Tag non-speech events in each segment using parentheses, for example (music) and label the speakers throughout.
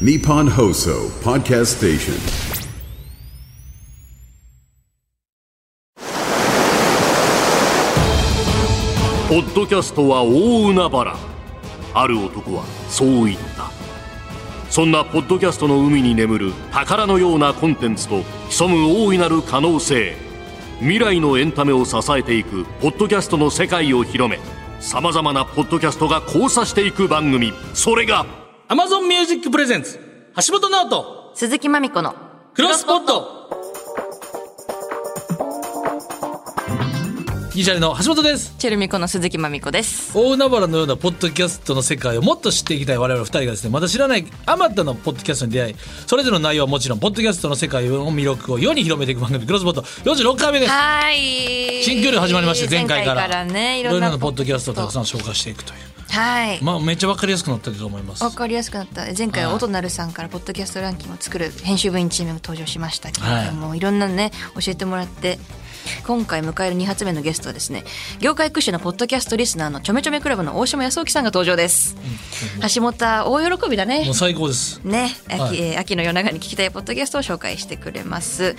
Speaker 1: Nippon Hoso Podcast Station.
Speaker 2: ポッドキャストは大海原ある男はそう言ったそんなポッドキャストの海に眠る宝のようなコンテンツと潜む大いなる可能性未来のエンタメを支えていくポッドキャストの世界を広めさまざまなポッドキャストが交差していく番組それが
Speaker 3: Amazon Music Presents 橋本直人
Speaker 4: 鈴木まみこの
Speaker 3: クロスポットギリシャリの橋本です
Speaker 4: チェルミコの鈴木まみこです
Speaker 3: 大海原のようなポッドキャストの世界をもっと知っていきたい我々二人がですねまだ知らないあまたのポッドキャストに出会いそれぞれの内容はもちろんポッドキャストの世界の魅力を世に広めていく番組クロスポット46回目です
Speaker 4: はーい
Speaker 3: 新距離始まりまして前回から
Speaker 4: ねい
Speaker 3: い
Speaker 4: ろ
Speaker 3: ろ
Speaker 4: ん
Speaker 3: ん
Speaker 4: な
Speaker 3: なポッドキャストをたくさん紹介していくとい
Speaker 4: はいう
Speaker 3: まあめっちゃわかりやすくなったと思います
Speaker 4: わかりやすくなった前回
Speaker 3: はい
Speaker 4: は音なるさんからポッドキャストランキングを作る編集部員チームが登場しましたけれども、い、ろんなね教えてもらって今回迎える2発目のゲストはですね業界屈指のポッドキャストリスナーのちょめちょめクラブの大島康之さんが登場です、橋本は大喜びだね
Speaker 3: もう最高です
Speaker 4: ね、秋,、
Speaker 3: はい
Speaker 4: えー秋の夜長に聞きたいポッドキャストを紹介してくれます。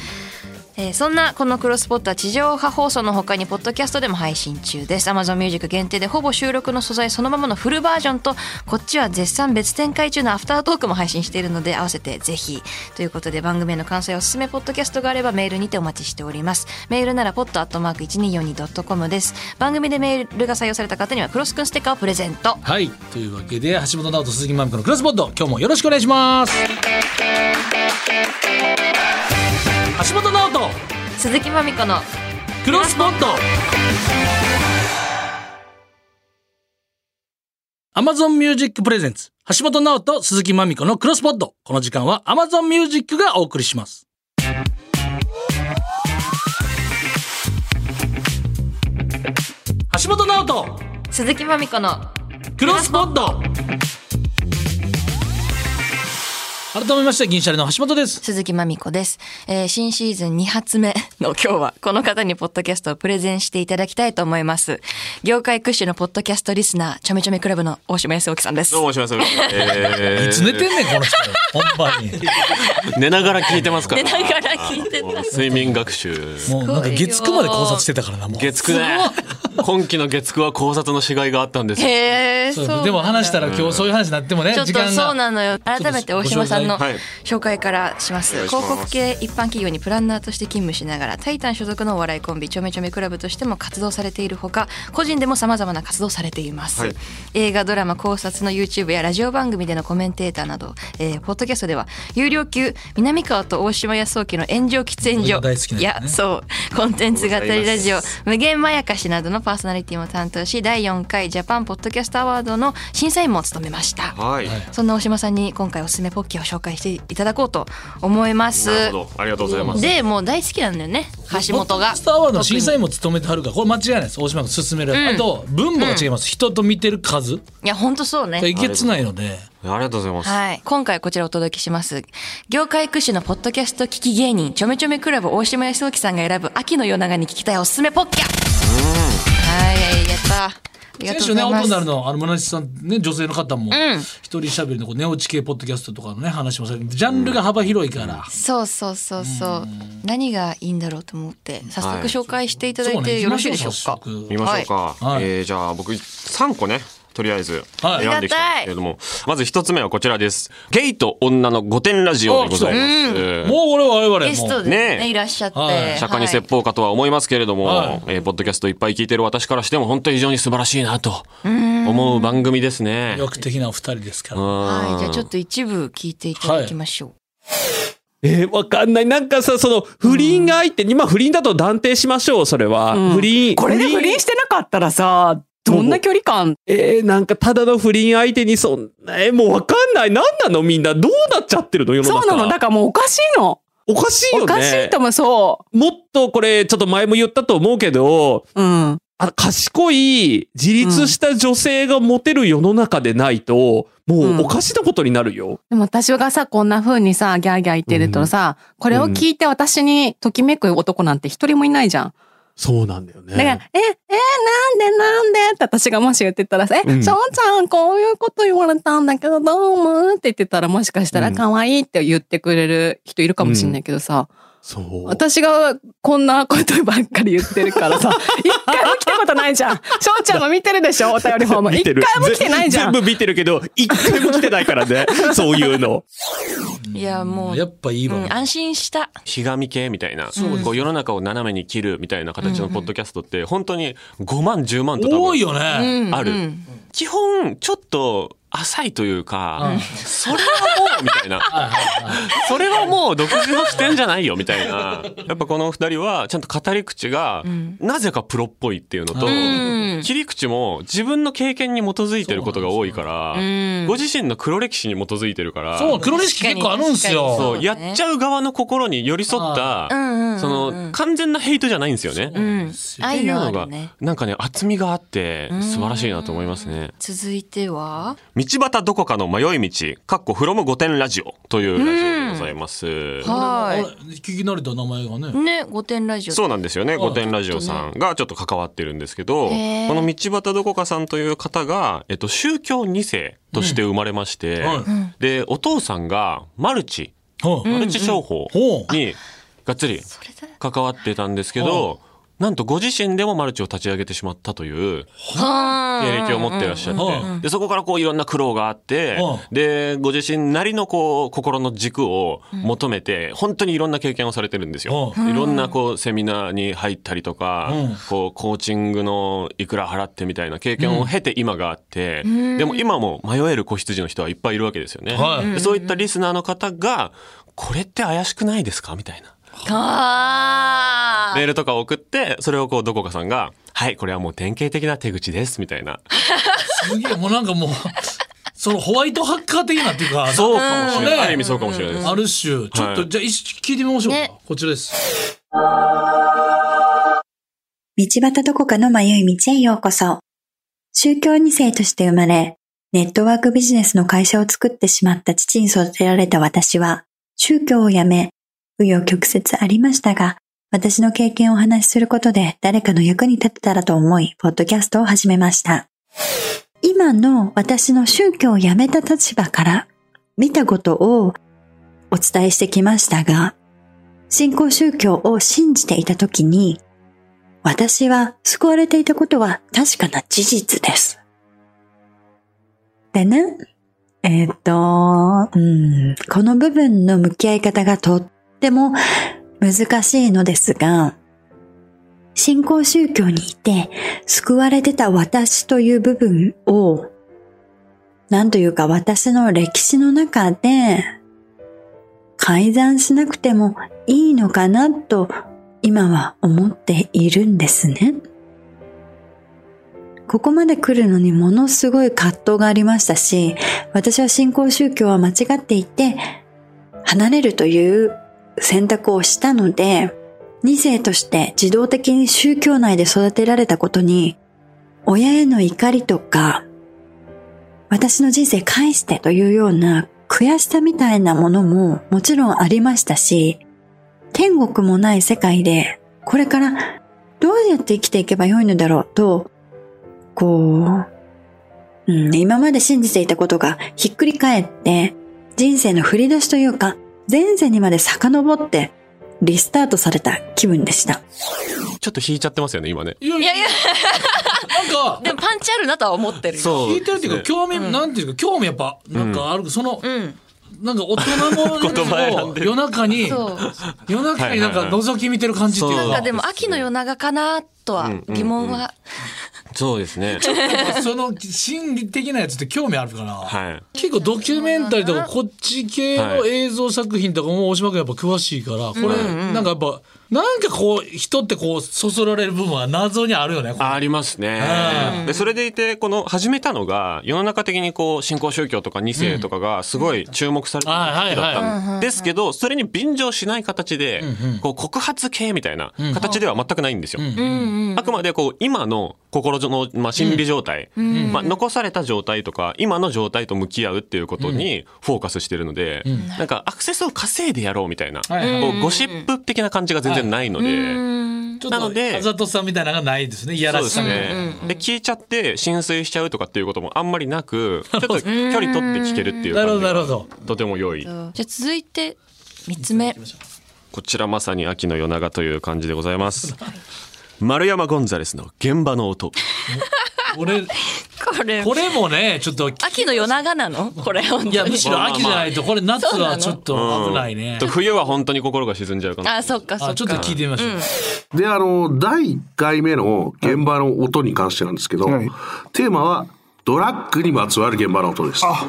Speaker 4: えーそんなこのクロスポットは地上波放送の他にポッドキャストでも配信中です。Amazon Music 限定でほぼ収録の素材そのままのフルバージョンとこっちは絶賛別展開中のアフタートークも配信しているので合わせてぜひということで番組への感想やおすすめポッドキャストがあればメールにてお待ちしております。メールなら pod.1242.com です。番組でメールが採用された方にはクロスくんステッカーをプレゼント。
Speaker 3: はいというわけで橋本直人鈴木まみこのクロスポット今日もよろしくお願いします橋本直人
Speaker 4: 鈴木まみこの
Speaker 3: クロスポット Amazon Music Presents 橋本直人鈴木まみこのクロスポットこの時間は Amazon Music がお送りします橋本直人
Speaker 4: 鈴木まみこの
Speaker 3: クロスポット改めまして銀シャリの橋本です
Speaker 4: 鈴木まみこです、えー新シーズン2発目 (laughs) の今日はこの方にポッドキャストをプレゼンしていただきたいと思います業界屈指のポッドキャストリスナーちょめちょめクラブの大島康之さんです
Speaker 5: どうもおしまいです。え
Speaker 3: いつ寝てんねんこの人ほんま
Speaker 5: (laughs)
Speaker 3: に
Speaker 5: ー寝ながら聞いてますから。
Speaker 4: 寝ながら聞いてた
Speaker 5: もう睡眠学習。
Speaker 3: もうなんか月9まで考察してたからなもう
Speaker 5: 月9ね。今期の月9は考察のしがいがあったんです
Speaker 4: (laughs)
Speaker 5: よ。
Speaker 4: へえ
Speaker 3: そうでも話したら今日そういう話になってもね
Speaker 4: ちょっ
Speaker 3: 時
Speaker 4: と
Speaker 3: 間
Speaker 4: そう
Speaker 3: が
Speaker 4: なのよ改めて大島さんの
Speaker 5: ご紹介
Speaker 4: 紹介からします、
Speaker 5: はい
Speaker 4: 広告系一般企業にプランナーとして勤務しながらタイタン所属のお笑いコンビちょめちょめクラブとしても活動されているほか個人でもさまざまな活動をされています、
Speaker 5: はい
Speaker 4: 映画ドラマ考察の YouTube やラジオ番組でのコメンテーターなど、えーポッドキャストでは有料級南川と大島康之の炎上喫煙所
Speaker 3: 僕が大好きなやつね
Speaker 4: いやそうコンテンツ型ラジオ無限まやかしなどのパーソナリティも担当し第4回ジャパンポッドキャストアワードの審査員も務めました
Speaker 5: はい。
Speaker 4: そんな大島さんに今回おすすめポッキーを紹介していただこうと思います。
Speaker 5: なるほど。ありがとうございます。
Speaker 4: でもう大好きなんだよね橋本が。
Speaker 3: スターワードの審査員も務めてはるからこれ間違いないです大島が勧めるやつあと分母が違います人と見てる数
Speaker 4: いや本当そうね。
Speaker 3: えげつないので
Speaker 5: ありがとうございます。
Speaker 4: はい。今回こちらお届けします。業界屈指のポッドキャスト聞き芸人、ちょめちょめクラブ大島康之さんが選ぶ秋の夜長に聞きたいおすすめポッキャはい、やった。ありが
Speaker 3: 先
Speaker 4: と
Speaker 3: 週
Speaker 4: うご
Speaker 3: ね
Speaker 4: ざいま
Speaker 3: 音
Speaker 4: す。
Speaker 3: なるのあの村西さんね女性の方も一人喋りのこう寝落ち系ポッドキャストとかのね話もされてジャンルが幅広いから
Speaker 4: そうそうそうそう。何がいいんだろうと思って、早速紹介していただいてよろしいでしょうか。
Speaker 5: 見ましょうか。
Speaker 3: はい
Speaker 5: えーじゃあ僕3個ね。とりあえず
Speaker 3: はい
Speaker 5: 選んできたんですけれども、まず一つ目はこちらです。ゲイと女の御殿ラジオでございます。
Speaker 3: もう俺は我々も
Speaker 4: ゲストでね
Speaker 5: ね
Speaker 4: いらっしゃって、
Speaker 3: はい
Speaker 5: 釈迦に説法かとは思いますけれども、
Speaker 3: はい
Speaker 5: えーポッドキャストいっぱい聞いてる私からしても本当に非常に素晴らしいなと思う番組ですね。
Speaker 3: 魅力的なお二人ですから。
Speaker 4: はい、じゃあちょっと一部聞いていただきましょう。
Speaker 6: えーわかんない。なんかさ、その、不倫が相手に、まあ不倫だと断定しましょう、それは。不倫。
Speaker 7: これで不倫してなかったらさ、どんな距離感
Speaker 6: えーなんかただの不倫相手にそんな、えーもうわかんない。なんなのみんな。どうなっちゃってるの世の
Speaker 7: そ
Speaker 6: 中。
Speaker 7: うなの、だからもうおかしいの。
Speaker 6: おかしいよね。
Speaker 7: おかしいともそ
Speaker 6: もっとこれ、ちょっと前も言ったと思うけど、
Speaker 7: う。うん。
Speaker 6: あの賢い、自立した女性がモテる世の中でないと、もうおかしなことになるよ。
Speaker 7: でも私がさ、こんな風にさ、ギャーギャー言ってるとさ、これを聞いて私にときめく男なんて一人もいないじゃん。
Speaker 6: そうなんだよね。
Speaker 7: だから、え、え、なんでなんでって私がもし言ってたらさ、
Speaker 6: うん
Speaker 7: え、しょうちゃんこういうこと言われたんだけどどう思うって言ってたらもしかした
Speaker 6: う
Speaker 7: ら
Speaker 6: ん
Speaker 7: 可愛いって言ってくれる人いるかもしれないけどさ、
Speaker 6: そう。
Speaker 7: 私がこんなことばっかり言ってるか
Speaker 6: (laughs)
Speaker 7: らさ、一回も来たことないじゃん。しょうちゃんも見てるでしょお便りフォーム。
Speaker 6: 見
Speaker 7: 一
Speaker 6: て
Speaker 7: 回
Speaker 6: る
Speaker 7: も来てないじゃ
Speaker 6: ぜ
Speaker 7: ん。
Speaker 6: 全部見てるけど、一回も来てないから
Speaker 7: (laughs)
Speaker 6: ね。そういうの。
Speaker 4: いやもう
Speaker 3: やっぱいいわ、
Speaker 4: うん、安心した
Speaker 5: ひがみ系みたいな、こう世の中を斜めに切るみたいな形のポッドキャストって、本当に5万、10万と多分
Speaker 3: 多いよね、
Speaker 5: ある、
Speaker 4: うん
Speaker 5: 基本、ちょっと浅いというか、それはもう、みたいな。それはもう独自の視点じゃないよ、みたいな。やっぱこの二人は、ちゃんと語り口が、なぜかプロっぽいっていうのと、
Speaker 4: ん
Speaker 5: 切り口も自分の経験に基づいてることが多いから、
Speaker 4: ん
Speaker 5: ご自身の黒歴史に基づいてるから、
Speaker 3: そう黒歴史結構あるんすよ
Speaker 5: そう
Speaker 4: 確か
Speaker 5: や
Speaker 4: に
Speaker 5: っちゃう側の心に寄り添った、
Speaker 4: うん
Speaker 5: その、完全なヘイトじゃないんですよね。っ
Speaker 4: うん
Speaker 5: て
Speaker 4: 愛
Speaker 5: いう
Speaker 4: のあ
Speaker 5: の
Speaker 4: る
Speaker 5: が
Speaker 4: ね、
Speaker 5: なんかね、厚みがあって、素晴らしいなと思いますね。
Speaker 4: 続いては
Speaker 5: 道端どこかの迷い道、かっこフロム御殿ラジオというラジオでございます。
Speaker 3: あれ
Speaker 4: は
Speaker 3: 聞き慣れた名前がね
Speaker 4: いね御殿ラジオ
Speaker 5: そううなんですよね。御殿ラジオさんがちょっと関わってるんですけど、こ
Speaker 4: へー
Speaker 5: の道端どこかさんという方が、えっと、宗教2世として生まれまして、
Speaker 3: うんはい
Speaker 5: で、お父さんがマルチ、
Speaker 3: うん
Speaker 5: マルチ商法
Speaker 3: ほう
Speaker 5: にがっつり
Speaker 4: それだ
Speaker 5: 関わってたんですけど、なんとご自身でもマルチを立ち上げてしまったという経歴を持ってらっしゃっ
Speaker 3: うんうんう
Speaker 5: て、で、そこからこういろんな苦労があって
Speaker 3: うん、
Speaker 5: で、ご自身なりのこう心の軸を求めて、本当にいろんな経験をされてるんですよ。
Speaker 3: う
Speaker 5: いろんなこうセミナーに入ったりとか
Speaker 3: うん、
Speaker 5: こうコーチングのいくら払ってみたいな経験を経て今があって、でも今も迷える子羊の人はいっぱいいるわけですよね
Speaker 3: はい。
Speaker 5: でそういったリスナーの方が、これって怪しくないですかみたいな。
Speaker 4: あー
Speaker 5: メールとか送って、それをこう、どこかさんが、はい、これはもう典型的な手口です、みたいな。
Speaker 3: すげえもうなんかもう (laughs) そのホワイトハッカー的なっていうか
Speaker 5: そうかもしれない。
Speaker 3: ね
Speaker 5: ある意味そうかもしれないです。
Speaker 3: ある種ちょっと、
Speaker 5: はい
Speaker 3: じゃあ一緒に聞いてみましょうか、
Speaker 4: ね
Speaker 3: こちらです
Speaker 8: 道端どこかの迷い道へようこそ。宗教二世として生まれ、ネットワークビジネスの会社を作ってしまった父に育てられた私は、宗教を辞め、紆余曲折ありましたが、私の経験をお話しすることで誰かの役に立てたらと思い、ポッドキャストを始めました。今の私の宗教を辞めた立場から見たことをお伝えしてきましたが、信仰宗教を信じていた時に、私は救われていたことは確かな事実です。でね、えーっと、うん、この部分の向き合い方がとっても難しいのですが、信仰宗教にいて救われてた私という部分を、なんというか私の歴史の中で改ざんしなくてもいいのかなと今は思っているんですね。ここまで来るのにものすごい葛藤がありましたし、私は信仰宗教は間違っていて、離れるという選択をしたので、2世として自動的に宗教内で育てられたことに、親への怒りとか、私の人生返してというような悔しさみたいなものももちろんありましたし、天国もない世界で、これからどうやって生きていけばよいのだろうと、こう、うん、今まで信じていたことがひっくり返って、人生の振り出しというか、前世にまで遡って、リスタートされた気分でした。
Speaker 5: ちょっと引いちゃってますよね、今ね。
Speaker 3: いやい
Speaker 4: い
Speaker 3: や
Speaker 4: やいや
Speaker 3: なんか
Speaker 4: でもパンチあるなとは思ってるよ
Speaker 5: そう。
Speaker 3: 聞いてるっていうか興味、なんていうか興味やっぱなんかある、その
Speaker 4: うん
Speaker 3: なんか大人
Speaker 5: 言葉選
Speaker 3: の
Speaker 5: んでる
Speaker 3: 夜中に
Speaker 4: そう
Speaker 3: 夜中になんか覗き見てる感じっていう
Speaker 5: はい
Speaker 4: なんか
Speaker 5: はいは
Speaker 4: でも秋の夜長かなとは疑問は、
Speaker 5: そうですね。
Speaker 3: その心理的なやつって興味あるから、
Speaker 5: はい。
Speaker 3: 結構ドキュメンタリーとかこっち系の映像作品とかも大島君やっぱ詳しいからこれなんかやっぱなんかこう人ってこうそそられる部分は謎にあるよね。これ
Speaker 5: ありますね。で、それでいて、この始めたのが、世の中的にこう、新興宗教とか2世とかがすごい注目されてる
Speaker 3: あはい
Speaker 5: 時期だ
Speaker 3: は
Speaker 5: ったんですけど、それに便乗しない形で、こう、告発系みたいな形では全くないんですよ。
Speaker 4: うんうんうん
Speaker 5: あくまでこう今の心の、まあ、心理状態、
Speaker 4: ん
Speaker 5: まあ、残された状態とか今の状態と向き合うっていうことにフォーカスしてるので、
Speaker 6: うん
Speaker 5: なんかアクセスを稼いでやろうみたいな、
Speaker 3: はいはい
Speaker 5: こうゴシップ的な感じが全然ないので。
Speaker 4: うん
Speaker 3: ちょっ
Speaker 5: なので
Speaker 3: とあざとさみたいなのがないですねいや
Speaker 5: そ
Speaker 3: ら
Speaker 5: う
Speaker 3: し
Speaker 5: です
Speaker 3: さみたいな
Speaker 5: ね、で聞いちゃって浸水しちゃうとかっていうこともあんまりなく
Speaker 3: (laughs)
Speaker 5: ちょっと距離取って聞けるっていう
Speaker 3: なるほ
Speaker 5: 感
Speaker 3: どなるほ
Speaker 5: じが
Speaker 3: ど
Speaker 5: とても良い
Speaker 4: じゃあ続いて3つ目
Speaker 5: こちらまさに秋の夜長という感じでございます丸山ゴンザレスの現場の音
Speaker 3: 俺
Speaker 4: これ
Speaker 3: これもねちょっと
Speaker 4: 秋の夜長なのこれ本当に
Speaker 3: いやむしろ秋じゃないとこれ夏
Speaker 4: そうな
Speaker 3: は
Speaker 4: の
Speaker 3: ちょっと危ないね
Speaker 5: と冬は本当に心が沈んじゃうかな
Speaker 4: あそっかそっ
Speaker 3: あ
Speaker 4: か
Speaker 3: ちょっと聞いてみましょう、
Speaker 9: で、あの、第1回目の現場の音に関してなんですけど、
Speaker 10: はい
Speaker 9: テーマは、ドラッグにまつわる現場の音です。
Speaker 10: あ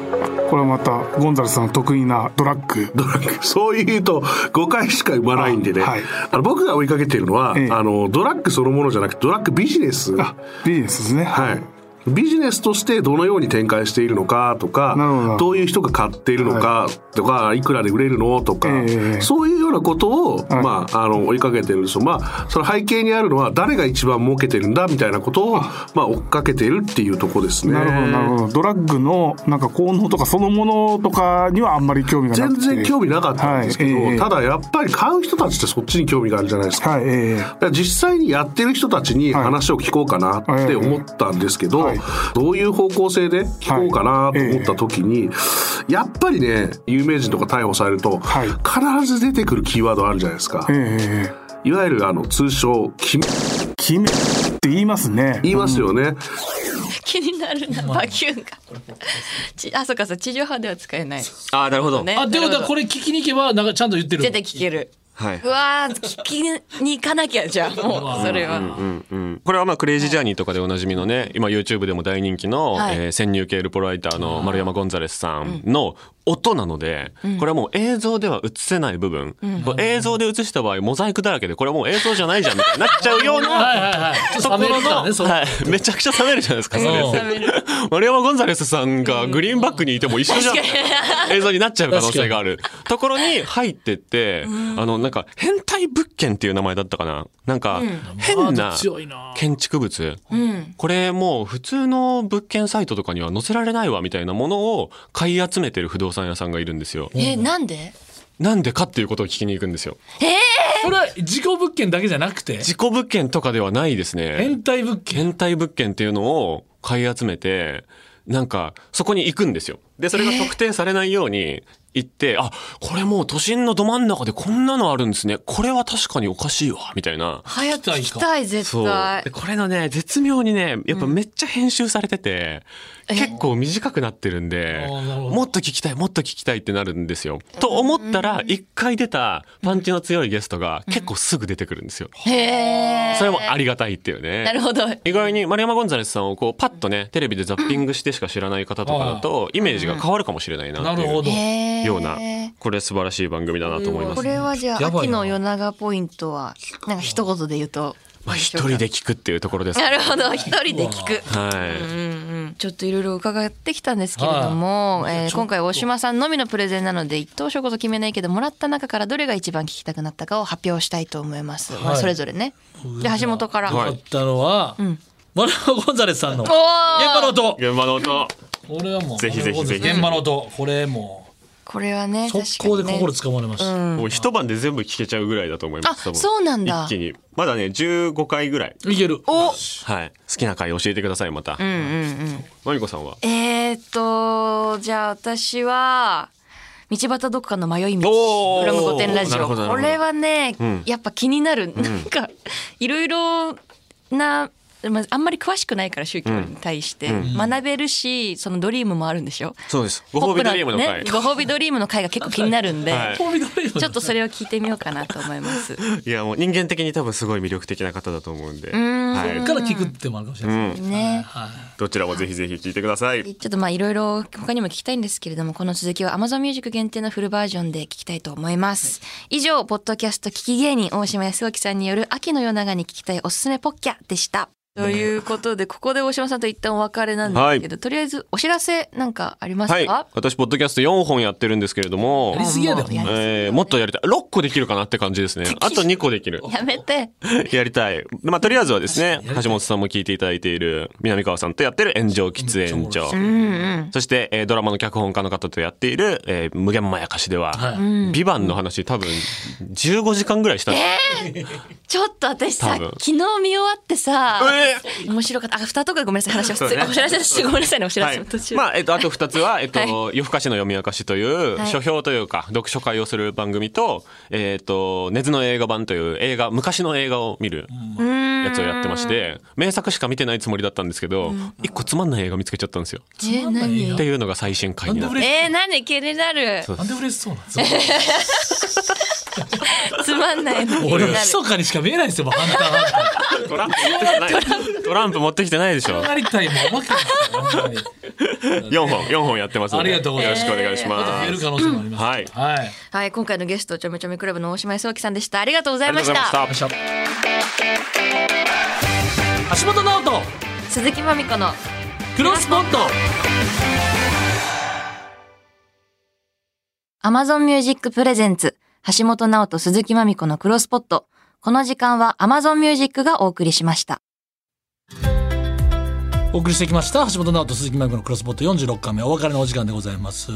Speaker 10: これはまたゴンザレスさんの得意なドラッグ
Speaker 9: ドラッグ (laughs) そういうと誤解しか生まないんでね、
Speaker 10: あはい
Speaker 9: あの僕が追いかけてるのは、
Speaker 10: ええ
Speaker 9: あのドラッグそのものじゃなくてドラッグビジネス
Speaker 10: あビジネスですね
Speaker 9: はい。ビジネスとしてどのように展開しているのかと
Speaker 10: なるほ
Speaker 9: か
Speaker 10: ど
Speaker 9: どういう人が買っているのかとか、い、くらで売れるのとか、
Speaker 10: ええ
Speaker 9: そういうようなことを、
Speaker 10: い
Speaker 9: まあ、あの追いかけてるんですよまあその背景にあるのは誰が一番儲けてるんだみたいなことをまあ、追っかけているっていうところですね。
Speaker 10: なるほどなるほどドラッグのなんか効能とかそのものとかにはあんまり興味がな
Speaker 9: 全
Speaker 10: くて
Speaker 9: 然興味なかったんですけど、
Speaker 10: はいええ
Speaker 9: ただやっぱり買う人たちってそっちに興味があるじゃないですか。
Speaker 10: はいええ
Speaker 9: だから実際にやってる人たちに話を聞こうかなって思ったんですけど、
Speaker 10: はい
Speaker 9: どういう方向性で聞こうかなと思った時に、やっぱりね有名人とか逮捕されると、
Speaker 10: はい
Speaker 9: 必ず出てくるキーワードあるじゃないですか、
Speaker 10: ええ
Speaker 9: いわゆるあの通称「キメ
Speaker 10: 決めって言いますね
Speaker 9: 言いますよね、
Speaker 4: 気になるなバキュンがちあそっかそっか地上波では使えない
Speaker 5: あーなるほど、
Speaker 4: ね
Speaker 3: あってことはこ
Speaker 4: れ
Speaker 3: れ聞きに行けばなんかちゃんと言ってる
Speaker 4: 出て聞ける
Speaker 5: はい、
Speaker 4: うわー聞きに行かなきゃじゃあもうそれは、
Speaker 5: うんうん、これはまあクレイジージャーニーとかでおなじみのね今 YouTube でも大人気の、
Speaker 4: はい
Speaker 5: えー潜入系ルポライターの丸山ゴンザレスさんの音なので、これはもう映像では映せない部分、これ映像で映した場合モザイクだらけでこれはもう映像じゃないじゃんみたいになっちゃうような
Speaker 3: はいはいはいちょっ
Speaker 5: と
Speaker 3: と
Speaker 5: こ
Speaker 3: 冷め
Speaker 5: ろ
Speaker 3: るからね
Speaker 5: の、
Speaker 3: その
Speaker 5: はい、めちゃくちゃ冷めるじゃないですかそれ
Speaker 3: うん
Speaker 5: 丸山ゴンザレスさんがグリーンバックにいても一緒じゃん映像になっちゃう可能性があるところに入ってって、あのなんか変態物件っていう名前だったかななんか変な
Speaker 3: 強いな
Speaker 5: 建築物、これもう普通の物件サイトとかには載せられないわみたいなものを買い集めてる不動産屋さんがいるんですよ
Speaker 4: えなんで
Speaker 5: なんでかっていうことを聞きに行くんですよ
Speaker 3: それは事故物件だけじゃなくて
Speaker 5: 事故物件とかではないですね
Speaker 3: 変態物件
Speaker 5: 検体物件っていうのを買い集めてなんかそこに行くんですよでそれが特定されないように行って、あこれもう都心のど真ん中でこんなのあるんですねこれは確かにおかしいわみたいな
Speaker 4: 早く
Speaker 3: 聞
Speaker 4: 聞
Speaker 3: き
Speaker 4: き
Speaker 3: た
Speaker 4: たい絶
Speaker 5: そう
Speaker 4: 対
Speaker 5: でこれのね絶妙にねやっぱめっちゃ編集されてて、結構短くなってるんで
Speaker 3: あーなるほど
Speaker 5: もっと聞きたいもっと聞きたいってなるんですよ。と思ったら一回出たパンチの強いゲストが結構すぐ出てくるんですよ。
Speaker 4: へえ
Speaker 5: それもありがたいっていうね。
Speaker 4: なるほど
Speaker 5: 意外に丸山ゴンザレスさんをこうパッとねテレビでザッピングしてしか知らない方とかだとイメージが変わるかもしれないな
Speaker 3: な
Speaker 5: って
Speaker 3: るほ
Speaker 5: い
Speaker 3: ど
Speaker 5: う
Speaker 4: へ
Speaker 5: ようなこれ素晴らしい番組だなと思いま
Speaker 4: こ
Speaker 5: す。
Speaker 4: れはじゃあ
Speaker 3: やばい
Speaker 4: 秋
Speaker 3: な
Speaker 4: の夜長ポイントはなんか一言で言うと
Speaker 5: まあ一人で聞くっていうところです。
Speaker 4: な
Speaker 5: はい。
Speaker 4: るほど一人で聞くちょっといろいろ伺ってきたんですけれども、えー今回大島さんのみのプレゼンなので一等賞こそ決めないけどもらった中からどれが一番聞きたくなったかを発表したいと思います、まあそれぞれねじゃあ橋本から、
Speaker 3: あったのは、マルコゴンザレスさんの現場の音
Speaker 5: 現場の音。
Speaker 3: これはもう
Speaker 5: ぜひぜひぜひ
Speaker 3: 現場の音これも
Speaker 4: これはね
Speaker 3: う速攻で
Speaker 4: 確かにね
Speaker 3: 心つかまれました、
Speaker 5: もう一晩で全部聞けちゃうぐらいだと思います。
Speaker 4: あ
Speaker 5: 多分
Speaker 4: そうなんだ
Speaker 5: 一気に。まだね、15回ぐらい。
Speaker 3: いける
Speaker 4: お
Speaker 5: はい。好きな回教えてください、また。うんまみこさんは
Speaker 4: えー、っとじゃあ私は道端どこかの迷い道
Speaker 5: おー
Speaker 4: フラム御殿ラジ
Speaker 5: なる
Speaker 4: オ
Speaker 5: ほどなる
Speaker 4: こ
Speaker 5: ほど
Speaker 4: れはね、
Speaker 5: ん
Speaker 4: やっぱ気になる、なんかいろいろな、まあ、あんまり詳しくないから宗教に対して、学べるしそのドリームもあるんでしょ
Speaker 5: そうです。ご褒美ドリームの
Speaker 4: ポッ
Speaker 5: 回。
Speaker 4: プなね、ご褒美ドリームの回が結構気になるんで、
Speaker 5: はい
Speaker 3: 興味ないよね
Speaker 4: ちょっとそれを聞いてみようかなと思います。
Speaker 5: (laughs) いや、もう人間的に多分すごい魅力的な方だと思うんで。
Speaker 4: ん
Speaker 5: は
Speaker 3: から聞くってもあるかもしれない、ですね
Speaker 4: ね、
Speaker 5: い。どちらもぜひぜひ聞いてください。
Speaker 4: ちょっとまあいろいろ他にも聞きたいんですけれどもこの続きは Amazon Music 限定のフルバージョンで聞きたいと思います以上ポッドキャスト聞き芸人大島康之さんによる秋の夜長に聞きたいおすすめポッキャでしたということで、ここで大島さんと一旦お別れなんですけど、とりあえずお知らせなんかありますか、
Speaker 5: はい。私、ポッドキャスト4本やってるんですけれども
Speaker 3: や、りすぎやで、
Speaker 4: も
Speaker 3: ほ
Speaker 4: うん
Speaker 3: ま
Speaker 5: えーもっとやりたい。6個できるかなって感じですね。あと2個できる。
Speaker 4: やめて。
Speaker 5: (laughs) やりたい。まあ、とりあえずはですね、橋本さんも聞いていただいている、南川さんとやってる炎上喫煙所。そして、えードラマの脚本家の方とやっている、えー無限まやかしでは、ビバンの話多分、15時間ぐらいしたんです
Speaker 4: ちょっと私さ、
Speaker 5: 多分
Speaker 4: 昨日見終わってさ、
Speaker 5: え
Speaker 4: 面白かった。あ、二とかごめんなさい、話を
Speaker 5: そう
Speaker 4: 失礼。
Speaker 5: ね
Speaker 4: お知らせです。ごめんなさいね、お知ら
Speaker 5: は
Speaker 4: せの途
Speaker 5: い、
Speaker 4: 中。
Speaker 5: まあ、えっと、あと2つは、えっと、
Speaker 4: は
Speaker 5: 夜更かしの読み明かしという、
Speaker 4: はい
Speaker 5: 書評というか、読書会をする番組と、えっと、根津の映画版という映画、昔の映画を見るやつをやってまして、名作しか見てないつもりだったんですけど、1個つまんない映画見つけちゃったんですよ。
Speaker 4: えー、何
Speaker 5: っていうのが最新回にな
Speaker 3: なんで
Speaker 5: っ
Speaker 3: 嬉
Speaker 5: て。
Speaker 3: し
Speaker 4: えー、何気になる。
Speaker 3: なんで嬉しそうなんですか
Speaker 4: つまんないの気に
Speaker 3: 俺は
Speaker 4: なる。
Speaker 3: 密かにしか見えないんですよ、もうハンターハンター。
Speaker 5: トランプ持ってきてない。トランプ持ってきてないでしょ。
Speaker 3: なりたいもん、おまけなんですよほんまに。
Speaker 5: 4本、4本やってますので。
Speaker 3: ありがとうございます
Speaker 5: よろしくお願いし
Speaker 3: また
Speaker 5: ま
Speaker 3: 増える
Speaker 5: す。
Speaker 3: 可能性もあります。
Speaker 5: はい
Speaker 3: はい。
Speaker 4: はい、今回のゲスト、ちょめちょめクラブの大島康之さんでした。ありがとうござ
Speaker 5: あ
Speaker 4: い
Speaker 5: りが
Speaker 4: ま
Speaker 5: とうござ
Speaker 4: し。
Speaker 5: いましたた
Speaker 3: よい。しょ橋本直人、
Speaker 4: 鈴木まみこの
Speaker 3: クロスポット。
Speaker 4: Amazon Music Presents 橋本直人鈴木まみこのクロスポット。この時間は Amazon Music がお送りしました。
Speaker 3: お送りしてきました、橋本直人、鈴木マイクのクロスポット46回目、お別れのお時間でございます。
Speaker 4: は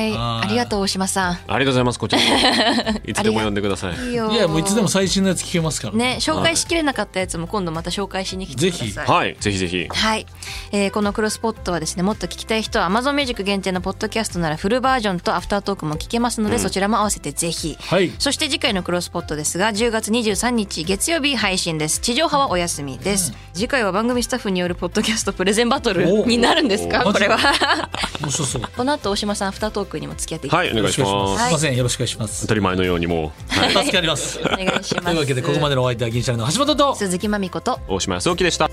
Speaker 4: い。
Speaker 3: あー
Speaker 4: ありがとう、大島さん。
Speaker 5: ありがとうございます、こちらこそ。いつでも呼んでください。
Speaker 4: いいよ
Speaker 3: いや、もういつでも最新のやつ聞けますから。
Speaker 4: ね、紹介しきれなかったやつも今度また紹介しに来てくだ
Speaker 3: ぜひ
Speaker 4: さい。
Speaker 5: はい、ぜひぜひ。
Speaker 4: はい、えーこのクロスポットはですねもっと聞きたい人は Amazon ミュージック限定のポッドキャストならフルバージョンとアフタートークも聞けますので、そちらも合わせてぜひ、
Speaker 3: はい
Speaker 4: そして次回のクロスポットですが10月23日月曜日配信です地上波はお休みです、次回は番組スタッフによるポッドキャストプレゼンバトル
Speaker 3: お
Speaker 4: になるんですか
Speaker 3: お
Speaker 4: これは
Speaker 3: 面白そう。
Speaker 4: この後大島さんアフタートークにも付き合っていただ
Speaker 5: はい、お願いします。
Speaker 3: すいません、よろしくお願いします
Speaker 5: 当。たり前のようにもう、はい
Speaker 3: 助かります。
Speaker 4: お願いします
Speaker 3: というわけで、ここまでのお相手は銀シャリの橋本と、
Speaker 4: 鈴木まみこと
Speaker 5: 大島康之でした。